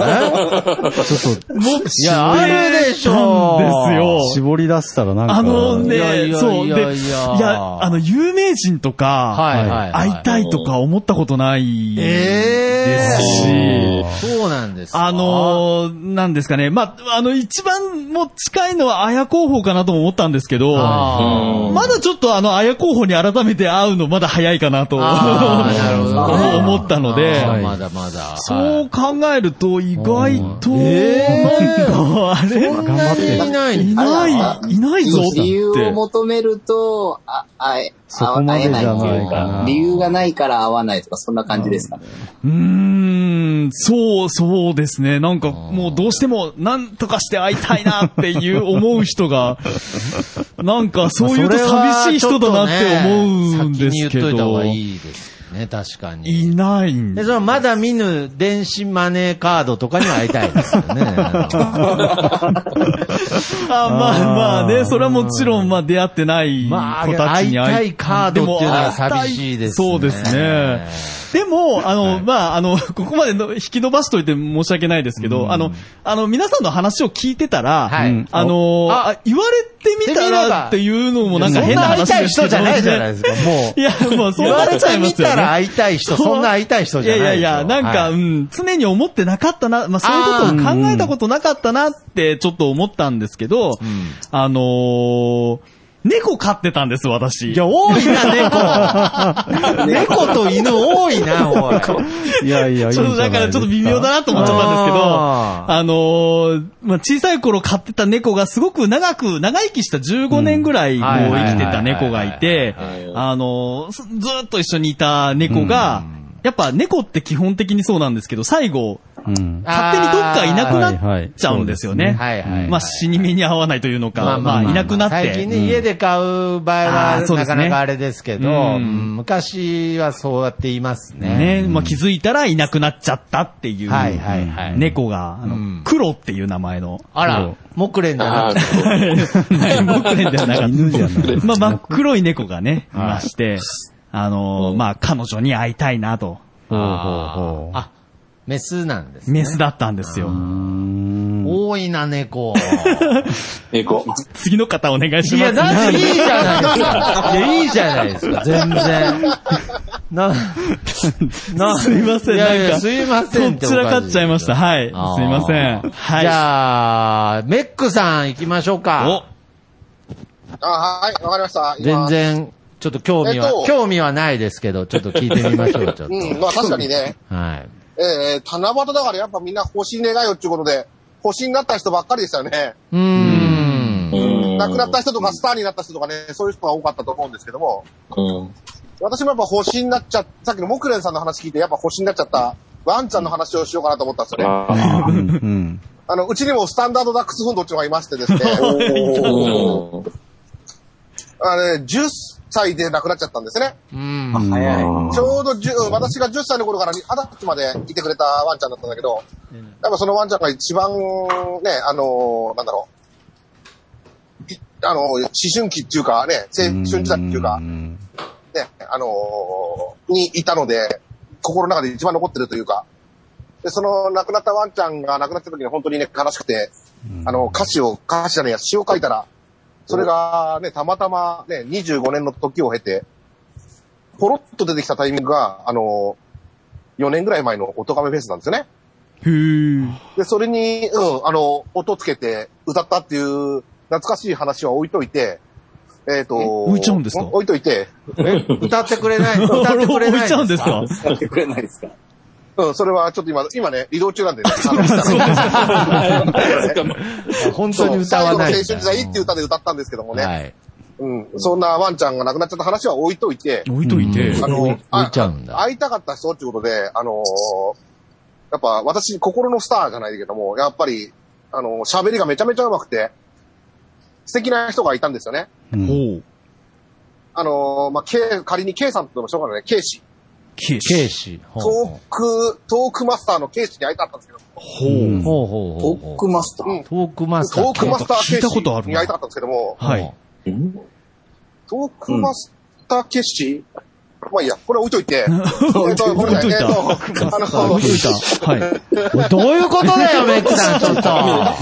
C: いや、 あるでしょう。
H: ですよ。
D: 絞り出したらなんか。
H: あの
C: いやい
H: ね、
C: や
H: そう、
C: い
H: で、
C: やい
H: い
C: や
H: や、あの、有名人と
C: は
H: か、
C: い、はい。
H: 会いたいとか思ったことない
C: え
H: ですし、
C: えそうなんですか
H: あのー、なんですかね。まあ、あの、一番もう近いのは綾候補かなとも思ったんですけど、ま
C: あー
H: だちょっとあの、綾候補に改めて会うのまだ早いかなと、
C: あーなるほどね
H: 思ったので、
C: あーまだまだ。
H: そう考えると意外と、
C: うんえー
H: なんか、あれ
C: そんなにいない
H: い
C: んだ
H: ない、いないぞって。
G: 理由を求めると、あ、あえ、
D: そこまでじゃないかな
G: 会えいっていうか理由がないから会わないとか、そんな感じですかね。
H: うーん、そう、そうですね。なんかもうどうしてもなんとかして会いたいなっていう思う 人が、なんかそういうと寂しい人だなって思うん
C: まあそ
H: ですけ
C: れはちょっとね先に言っといた方
H: ど
C: が。いいですね、確かに。
H: いないん
C: で、そのまだ見ぬ電子マネーカードとかには会いたいですよね。
H: あまあまあね、それはもちろん、まあ出会ってない子たちに
C: まあ会いたいカードっていうのは寂しいですね
H: でも会いたいそうですね。でも、あの、まあ、あの、ここまでの引き伸ばしといて申し訳ないですけど、あの、あの、皆さんの話を聞いてたら、あのあ言われてみたらっていうのもなんか変な話ですけど、
C: そんな会いたい人じゃないじゃないですか、もう。
H: いや、もうそう
C: 言わ
H: な
C: れ
H: っちゃ
C: て
H: いま
C: み
H: すよね。
C: たら会いたい人、そんな会いたい人じゃない
H: い
C: でしょ
H: やいやいや、なんか、
C: はい
H: うん、常に思ってなかったな、まあそういうことを考えたことなかったなってちょっと思ったんですけど、あのー、猫飼ってたんです、私。いや、
C: 多い な、猫。猫と犬多いな、お い。
D: いやいや、いい
H: ち
D: じゃ
H: ょっと
D: ない
H: だからちょっと微妙だなと思っちゃったんですけど、あのーまあ、小さい頃飼ってた猫がすごく長く、長生きした15年ぐらいもう生きてた猫がいて、あのーすずーっと一緒にいた猫が、やっぱ猫って基本的にそうなんですけど、最後、
D: うん。
H: 勝手にどっかいなくなっちゃうんですよね。
C: はいはいはい
H: まあ死に目に合わないというのか、
C: ま
H: ま
C: あ
H: あ
C: まあまあ
H: いなくなって。
C: 最近ね、家で買う場合は、
H: あーそう
C: な
H: です
C: か
H: ね
C: なかあれですけど、
H: うん
C: うん昔はそうやって言いますね。
H: ね、まあ気づいたらいなくなっちゃったっていう。
C: はいはいはい
H: 猫が、あの、黒っていう名前の。
C: あら、木蓮だな。
H: 僕ではなかっ
D: 犬じゃない。
H: た。まあ真っ黒い猫がね、いまして、あのー、まあ彼女に会いたいなと。
D: ほうほうほう。
C: あ、メスなんですね。
H: メスだったんですよ。
C: 多いな、猫。
F: 猫。
H: 次の方お 願いし
C: い
H: ま
C: や、
H: す。
C: だっていいじゃないですか。いや、いいじゃないですか、全然。な、な、
H: すいません
C: いやいや
H: なんか
C: すいませんって
H: とっちらかっちゃいました。はい。すい
C: あー
H: ません。はい。
C: じゃあ、メックさん行きましょう
H: お
C: か。
J: あ、はい、わかりました。
C: 全
J: 今。
C: 然、ちょっと興味は、
J: えっと
C: 興味はないですけど、ちょっと聞いてみ ましょうよ、ちょっと。
J: うん、まあ確かにね、
C: はい。
J: えー、七夕だからやっぱみんな星願いをっていうことで、星になった人ばっかりでしたよね。
C: うーん。
J: 亡
F: 亡
J: くなった人とかスターになった人とかね、そういう人が多かったと思うんですけども、
F: うん。
J: 私もやっぱ星になっちゃった、さっきの木蓮さんの話聞いてやっぱ星になっちゃったワンちゃんの話をしようかなと思ったんですよね。
F: あ
D: うんうん。
J: あの、うちにもスタンダードダックスフンドっていうのがいましてですね、
F: ー
J: あれ、10歳で亡くなっちゃったんですね。
C: うん。
G: 早い。
J: ちょうど10私が10歳の頃から二十歳までいてくれたワンちゃんだったんだけど、やっぱそのワンちゃんが一番ね、あのーなんだろう、いあのー思春期っていうかね、青春時代っていうか、
D: う
J: ね、
D: ん
J: あのーにいたので、心の中で一番残ってるというか、で、その亡くなったワンちゃんが亡くなった時に本当にね、悲しくて、あの、歌詞を、歌詞じゃねえや、詩を書いたら、それがね、たまたまね、25年の時を経て、ポロッと出てきたタイミングが、あの、4年ぐらい前のおとがめフェスなんですよね。
H: ふー。
J: で、それに、うん、あの、音つけて歌ったっていう懐かしい話は置いといて、えっ、と、
H: 置いちゃうんですか
J: 置いといて、
C: え、歌ってくれ ない、歌ってくれない。
H: 置いちゃうんですか
G: 使ってくれないですか
J: うん、それはちょっと今、今ね、移動中 なんで、ね、話したら
C: 本
J: そ
C: 当に
J: う
C: 歌
J: 最後
C: わ
J: の青
C: ない。
J: 春時代っていう歌で歌ったんですけどもね、
C: はい。
J: うん、そんなワンちゃんが亡くなっちゃった話は置いといて、
H: 置いといて。
J: あの
C: 置い
J: あ
C: 置いちゃうんだ。
J: 会いたかった人っていうことで、あのーやっぱ私、心のスターじゃないけども、やっぱり、あのー喋りがめちゃめちゃ上手くて、素敵な人がいたんですよね。
D: うん。
H: ほう。
J: あのーまあ、K、仮に K さんとでもしょうがないね、K 氏。
H: ケーシ。
C: ケイシ。ほう
J: トーク、トークマスターの K 氏に会いたかったんですけど、
H: ほ
D: うん
C: ほうほうほ
G: ト
C: うほう。
G: ックマスター。
C: トークマスター。
J: トークマスター K
H: 聞いたことあ
J: 氏
H: るな
J: に会いたかったんですけども、
H: はい。
J: トークマスター K 氏、まあいいや、これ置いといて。
H: 置いとい
J: ごめんなさ
H: 置いといた
J: えっとあの
H: あ、置いといた。はい。
C: どういうことだよ、メックさん、ちょっ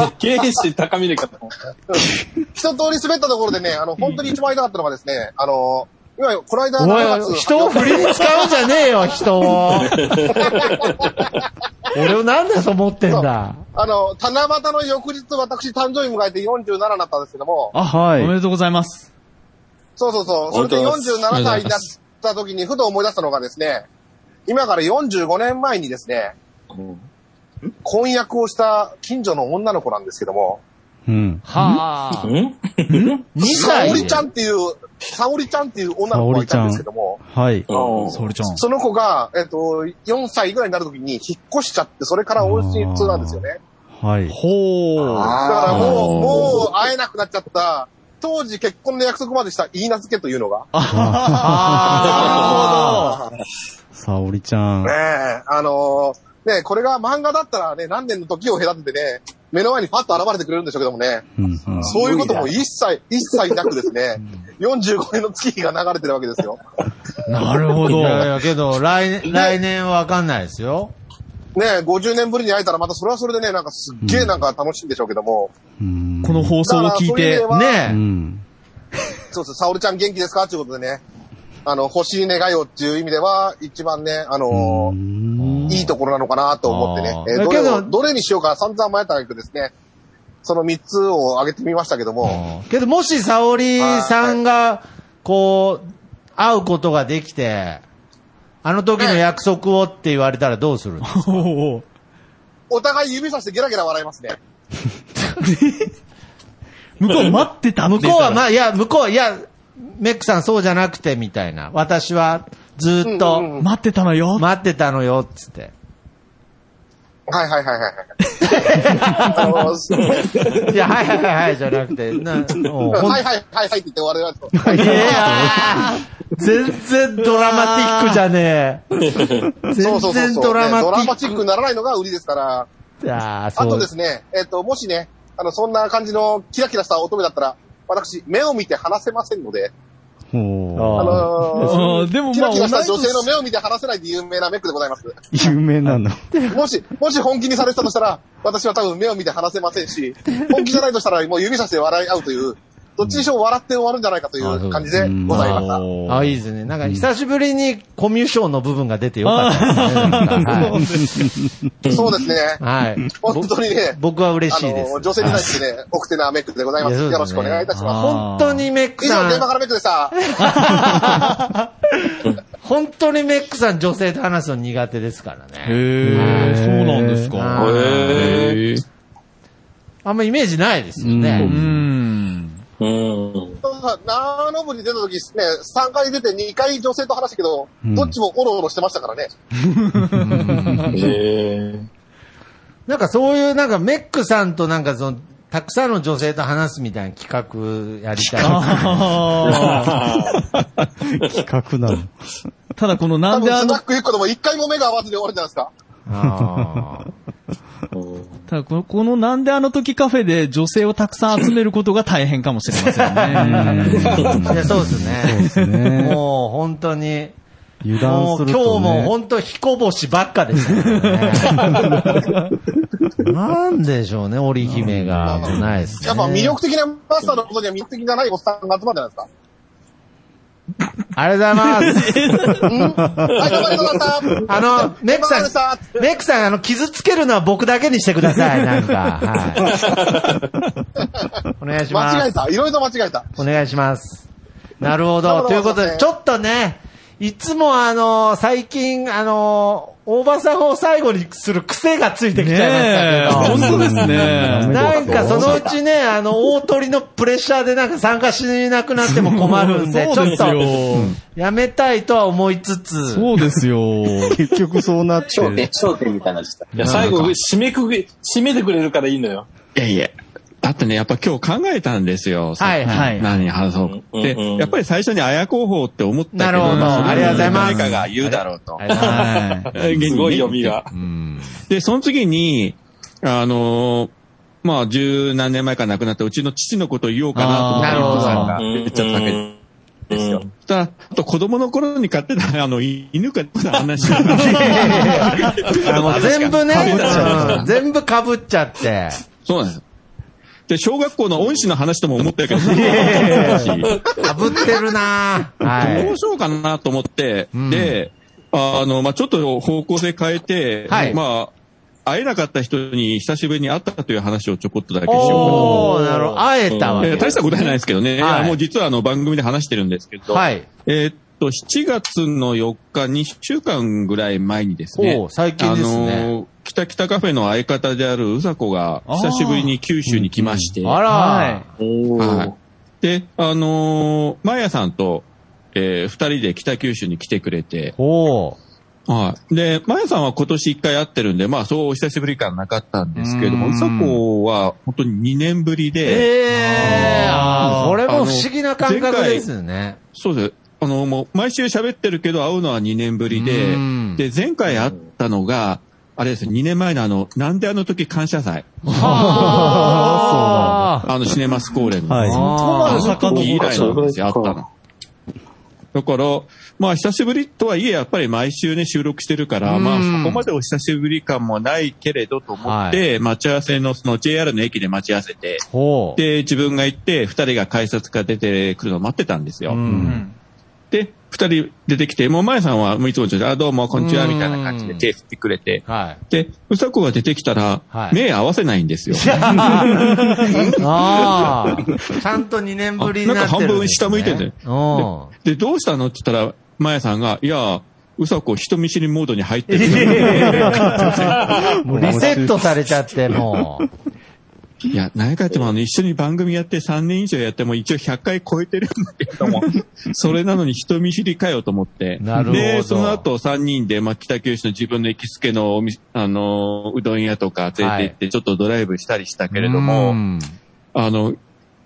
C: と。
F: 経営士高見でかと思った。
J: 一通り滑ったところでね、あの、本当に一番痛かったのがですね、あの、今、この間、
C: お
J: 7
C: い、
J: 月
C: 人を振りに使うんじゃねえよ、人を。 俺をなんでそう思ってんだ。
J: あの、七夕の翌日、私、誕生日迎えて47になったんですけども、
H: あ、
D: はい
H: おめでとうございます。
J: そうそうそう、それで47歳になった時に、ふと思い出したのがですね、今から45年前にですね、婚約をした近所の女の子なんですけども、
D: うん。
C: はあ。
F: ん
C: 2
J: 沙
C: 歳
J: 織
C: で
J: ちゃんっていう、沙織ちゃんっていう女の子がいたんですけども、
D: はい。
H: ソウルちゃん。
J: その子が、えっと、4歳ぐらいになる時に引っ越しちゃって、それからお家に通なんですよね。
D: はい。
H: ほう。
J: だからもう、もう会えなくなっちゃった、当時結婚の約束までした言い名付けというのが、
H: ああ、
D: 沙織ちゃん
J: ね。え、あのーねえ、これが漫画だったらね、何年の時を隔ててね、目の前にパッと現れてくれるんでしょうけどもね、
D: うんうん
J: そういうことも一切、一切なくですね、45年の月日が流れてるわけですよ。
H: なるほ
C: い
H: ど。
C: やいや、け ど、来年、来年わかんないですよ。
J: ねえ、50年ぶりに会えたらまたそれはそれでね、なんかすっげえなんか楽しいんでしょうけども、
D: うん
H: この放送を聞いて
J: だか。らそういう意味では
D: う
C: ね
D: ん。
J: そうです、沙織ちゃん元気ですかということでね、あの、欲しい願いをっていう意味では、一番ね、あのー
D: うん
J: いいところなのかなと思ってね
C: あ。ー
J: えーど
C: だけ
J: れ
C: ど
J: をどれにしようか散々迷ったけどですね、その3つを挙げてみましたけども、
C: え。けど、もし沙織さんが、こう、会うことができて、あの時の約束をって言われたらどうす るの
H: おうおう
J: お互い指さしてゲラゲラ笑いますね。
H: 向こう待ってたって
C: 向
H: 言
C: こ
H: っ
C: う
H: たら
C: は、まあ、いや、向こうは、いや、メックさんそうじゃなくて、みたいな。私は、ずっ
J: うんうん
C: と、
H: 待ってたのよ。
C: 待ってたのよ、つって。
J: はいはいはいはいはい。あのすはい
C: や、はいはいはいはい、じゃなくて、 な、もう、
J: い
C: ほん
J: はいはいはいって言って終わりますと。
C: いやー全然ドラマティックじゃねえ。
J: そ
C: 全
J: うそうそう
C: 然
J: そう。
C: ドラ
J: ねドラ
C: マ
J: マ
C: テ
J: チ
C: ィ
J: ッ
C: ッ
J: クにならないのが売りですから、
C: クだ。あ。
J: あとですすね、えっと、もしね、あの、そんな感じのキラキラした乙女だったら、私、目を見て話せませんので、
D: ほ
C: あ
J: あの
H: あー
J: ー
H: でもまあ
J: キラキラした
H: 同
J: 女
H: い年
J: 性の目を見て話せないで有名なメックでございます。
D: う有名なの。
J: もし、もし本気にされてたとしたら、私は多分目を見て話せませんし、本気じゃないとしたらもう指さして笑い合うという、どっちにしろ笑って終わるんじゃないかという感じでございました。
C: あ、いいですね。なんか、久しぶりにコミュ障の部分が出てよかったですねなんか。はい
J: そうですね。
C: はい。
J: 本当にね
C: ぼ僕は嬉
J: あ
C: しいです。
J: の、女性に対してね、奥手なメックでございます。
C: いやそう
J: よ
C: です
J: ろ
C: ね
J: しくお願いいたしま
C: 本当にメック
J: す。以上、
C: さ
J: 現場
C: ん、
J: からメックでした。
C: 本当にメックさん女性と話すの苦手ですからね。
H: へえ、そうなんです
C: は
H: か。
C: い
E: へえ。
C: あんまイメージないですよ
H: う
C: ね。
H: ん。
E: うん。
J: 長野部に出た時ね、3回出て2回女性と話したけど、
D: うん
J: どっちもオロオロしてましたからね。
E: へえ。
C: なんかそういう、なんかメックさんとなんかその、たくさんの女性と話すみたいな企画やりたい。
H: あ
D: 企画なの。
H: ー ただこのな
J: 多
H: んで
J: 分、
H: あ
J: ス
H: の
J: ナッ、ク1個でも1回も目が合わずに終わるんじゃないですか。
C: あ
H: ただこのこのなんであの時カフェで女性をたくさん集めることが大変かもしれませんね。
C: ーいやそうですね。
D: そうですね
C: もう本当に。
D: 油
C: も
D: 断
C: う
D: す
C: 今日
D: ると、ね。
C: も本当彦星ばっかでしたけどね。なんでしょうね、織姫が。もうないですね。
J: やっぱ魅力的なマスターのことには魅力的じゃないおっさんが集まるんじゃないですか。
C: ありがとうございます。
J: はい、どうもありがとうございました。
C: あ の、メック
J: どうもありがとうござい
C: さ
J: ました
C: ん、メックさん、あの、傷つけるのは僕だけにしてください、なんか。はい。 お願いします。
J: 間違えた。いろいろ間違えた。
C: お願いします。なるほ
J: なる
C: ど。
J: ほど
C: ということ
J: そう
C: で、
J: ですね
C: ちょっとね、いつもあの、最近、あの、大場さんを最後にする癖がついてきちゃいま
H: ね
C: し
H: え、
C: たけど。
H: 本当です
D: ダ
H: ね。
D: メだ
C: なんかそのうちね、あの、大鳥のプレッシャーでなんか参加しなくなっても困るんで、ち
H: そう
C: ょ
H: で
C: っ
H: すよ
C: と、。やめたいとは思いつつ、
H: そうですよ。
D: 結局そうなって
G: 焦点、
D: る。
G: 焦点みたいな時代。
F: いや、最後、締めくぐ、締めてくれるからいいのよ。
E: いやいや。だってね、やっぱ今日考えたんですよ。さ
C: はいはい
E: 何話そうう。
F: ん
E: で
F: うんうん、
E: やっぱり最初に綾候補って思ったけど。
C: なるほど
E: それは
C: ありがとうございます
E: 誰かが言うだろうと。
H: は
E: え
F: すごい読み。が。
E: で、その次に、あのーまあ、十何年前か亡くなったうちの父のことを言おうかなと思って、
C: あー
E: ゆうこさん
C: な
E: が言っちゃったわけ
F: う
E: で
F: ん
E: すよ。そしたらあと子供の頃に飼ってた、あ の、い犬かの話を
C: あもう全部ね
E: 被っちゃう、
C: うん全部被っちゃって。
E: そうなんです。で、小学校の恩師の話とも思ったけど、ど
C: 被ってるなぁは
E: うしようかなと思って、
C: うん
E: で、あの、まあ、ちょっと方向性変えて、
C: はい
E: まあ、会えなかった人に久しぶりに会ったという話をちょこっとだけしようかなと
C: おー、なるほど。会えたわけ。
E: えー大したことはないですけどね。
C: はい
E: いやもう実はあの番組で話してるんですけど。
C: はい。
E: えーっと、7月の4日、2週間ぐらい前にですね。
C: おー最近ですね
E: あのー、北北カフェの相方であるうさこが、久しぶりに九州に来まして。
C: あら、
H: は
E: はい。で、あのー、まやさんと、えー、二人で北九州に来てくれて。
C: お
E: はい。で、まやさんは今年一回会ってるんで、まあ、そうお久しぶり感なかったんですけれども、
C: うん
E: うさこは本当に2年ぶりで、
C: ええー、あーこれも不思議な感
E: あの
C: 覚ですね。
E: そうです。あの、もう毎週喋ってるけど会うのは2年ぶりで、で、前回会ったのが、あれですよ、2年前のあの、なんであの時感謝祭。 あの、シネマスコーレの。
D: はいそこまで遡る
E: あの時以来なんですよ、あったの。だから、まあ、久しぶりとはいえ、やっぱり毎週ね、収録してるから、
C: うん
E: まあ、そこまでお久しぶり感もないけれどと思って、待ち合わせの、その JR の駅で待ち合わせて、
C: ほう。
E: で、自分が行って、二人が改札から出てくるのを待ってたんですよ。
C: うん。
E: で、二人出てきて、もう前さんは、もういつもちょっと、あ、どうも、こんにちは、みたいな感じで手振ってくれて、
C: はい。
E: で、うさこが出てきたら、
C: はい
E: 目合わせないんですよ。
C: ああ。ちゃんと2年ぶりになって
E: な
C: る
E: んか半分下向いてるんだよ
C: よ。
E: で、どうしたのって言ったら、まやさんが、いや、うさこ人見知りモードに入って
C: うん。
E: る。
C: もうリセットされちゃって、もう。
E: いや、何回やってもあの、一緒に番組やって3年以上やっても一応100回超えてるんだけど も、それなのに人見知りかよと思って。
C: なるほど
E: で、その後3人で、まあ、北九州の自分の行きつけのお店、あの、うどん屋とか連れて行って、ちょっとドライブしたりしたけれども、
C: うん
E: あの、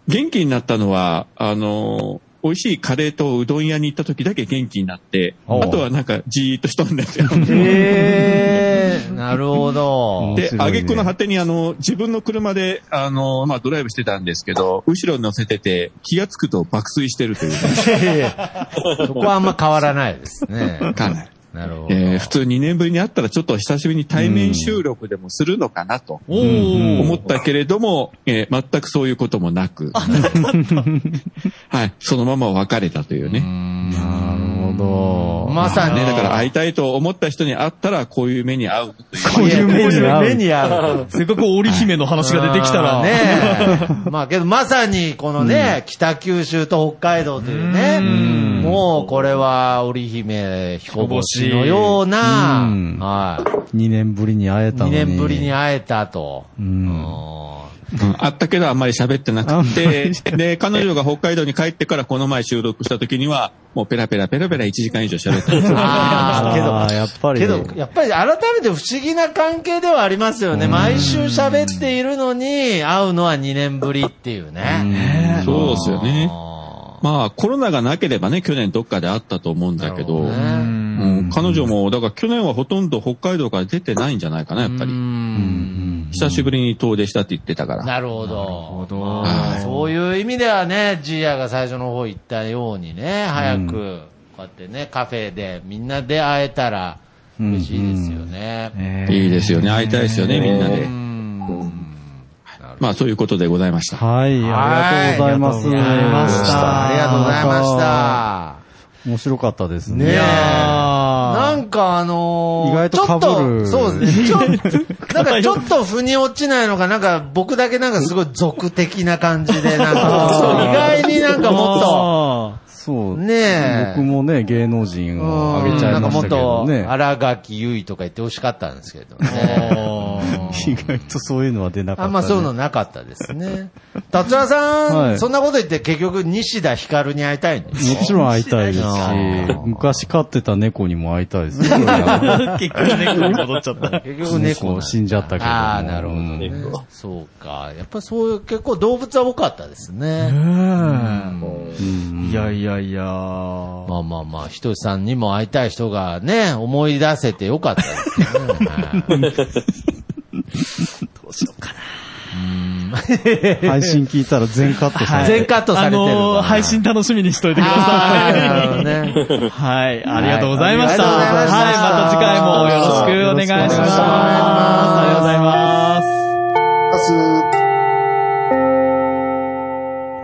E: 元気になったのは、あの、美味しいカレーとうどん屋に行った時だけ元気になって、
C: おう
E: あとはなんかじーっとしとん ですよ。
C: へえ、なるほど。
E: で、
D: 面白いね
E: 挙句の果てにあの、自分の車で、あの、まあ、ドライブしてたんですけど、後ろに乗せてて、気がつくと爆睡してるというね
C: いやいやそこはあんま変わらないですね。
E: かなり。
C: なるほど。
E: えー普通2年ぶりに会ったらちょっと久しぶりに対面収録でもするのかなと
H: おー。
E: 思ったけれども、えー全くそういうこともなく、 はい、そのまま別れたというね。
C: なるほど。まさに。
E: ね、だから会いたいと思った人に会ったら、こういう目に遭うという。
D: こういう目に合う
C: 目に合う。
H: せっかく織姫の話が出てきた ら。
C: ねえ。まあけどまさにこのね、北九州と北海道というね、
D: ん
C: もうこれは織姫彦星のような、
D: うん
C: は
D: 2年ぶりに会え
C: い、
D: たの
C: 2
D: に。
C: 年ぶりに会えたと。
D: ん
C: うん
E: あったけどあんまり喋ってなくて、で、彼女が北海道に帰ってからこの前収録した時には、もうペラペラペラペラ1時間以上喋ってます。
C: あ
D: あ
C: あ、
D: ーやっぱり
C: けど、けど、やっぱり改めて不思議な関係ではありますよね。毎週喋っているのに、会うのは2年ぶりっていうね。
E: そうですよね
C: あ
E: まあ、コロナがなければね、去年どっかで会ったと思うん
C: ー
E: だけど、
C: なるほね
E: うん彼女も、だから去年はほとんど北海道から出てないんじゃないかな、やっぱ
C: う
E: り。
C: ん
E: 久しぶりに遠出したって言ってたから。
C: なるほど。まあそういう意味ではね、ジーヤが最初の方言ったようにね、早く、こうやってね、カフェでみんなで会えたら嬉しいですよね。
E: いいですよね、会いたいですよね、みんなで。まあ、そういうことでございました。
D: はい、ありがとうございます。
C: はいありがとうございました。
D: た。面白かったですね。
C: ねえ。な
D: なん
C: かあのー、
D: 意外と被る
C: ちょっと、そうですね。ちょ なんかちょっと腑に落ちないのが、なんか僕だけなんかすごい俗的な感じで、なんか、意外になんかもっと、
H: あ
D: そう。
C: ねえ
D: 僕もね、芸能人をあげちゃ
C: な
D: いましたけ
C: んかも
D: ど
C: っ
D: ね
C: と、。荒垣結衣とか言ってほしかったんですけどね。
D: 意外とそういうのは出なかった、ね。
C: あんまそういうのなかったですね。達也さん、
D: はい
C: そんなこと言って結局西田ひかるに会いたいんです
D: もちろん会いたいですし
C: あ、
D: 昔飼ってた猫にも会いたい ですね。
H: ー結局猫に戻っちゃった。
C: 結局猫なんだ
D: 死んじゃったけども
C: ああ、なるほどね。そうか。やっぱそういう、結構動物は多かったですね。
H: いやいやいや
C: まあまあまあ、ひとしさんにも会いたい人がね、思い出せてよかったですね。はい
D: 配信聞いたら全カットされて
C: 全カットされてるんだな
H: あのー配信楽しみにしといてくだ
C: あ
H: さ
C: ーなるほどね。
H: い。はい、ありがとうございました。
C: はいありがとうございました
H: はい、また次回もよろしくお願いします。
D: よろしくお願いします
H: ありがとうございます。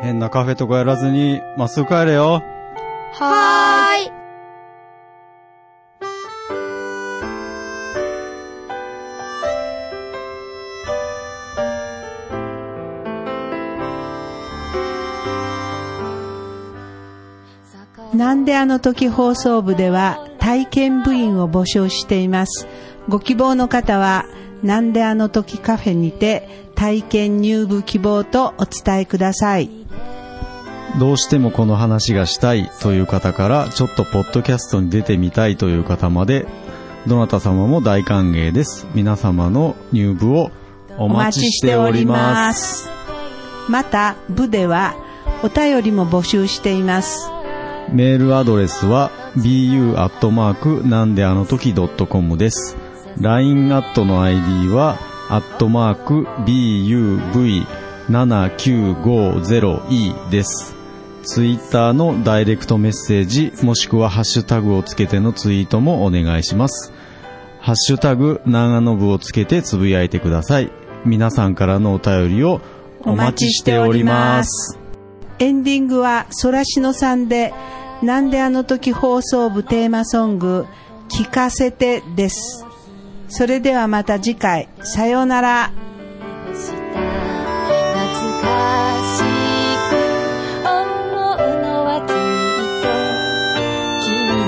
D: 変なカフェとかやらずに、まっすぐ帰れよ。
I: はーい。
K: なんであの時放送部では体験部員を募集しています。ご希望の方は、なんであの時カフェにて体験入部希望とお伝えください。
D: どうしてもこの話がしたいという方から、ちょっとポッドキャストに出てみたいという方まで、どなた様も大歓迎です。皆様の入部をお待ちしております。
K: す。また、部ではお便りも募集しています。
D: メールアドレスは bu アットマークなんであの時 .com です。LINE アットの ID はアットマーク buv7950e です。ツイッターのダイレクトメッセージもしくはハッシュタグをつけてのツイートもお願いします。ハッシュタグ長野部をつけてつぶやいてください。皆さんからのお便りをお待ちしております。
K: エンディングはソラシノさんで、なんであの時放送部テーマソング、聞かせてです。それではまた次回、さようなら。
L: 懐かしく思うのはきっと君の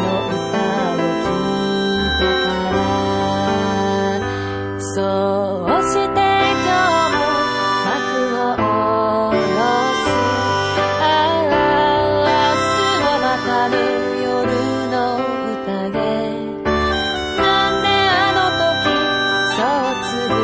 L: 歌を聴いてからそうして今日も幕を下ろすああ明日はまたの夜の宴なんであの時そうつぶ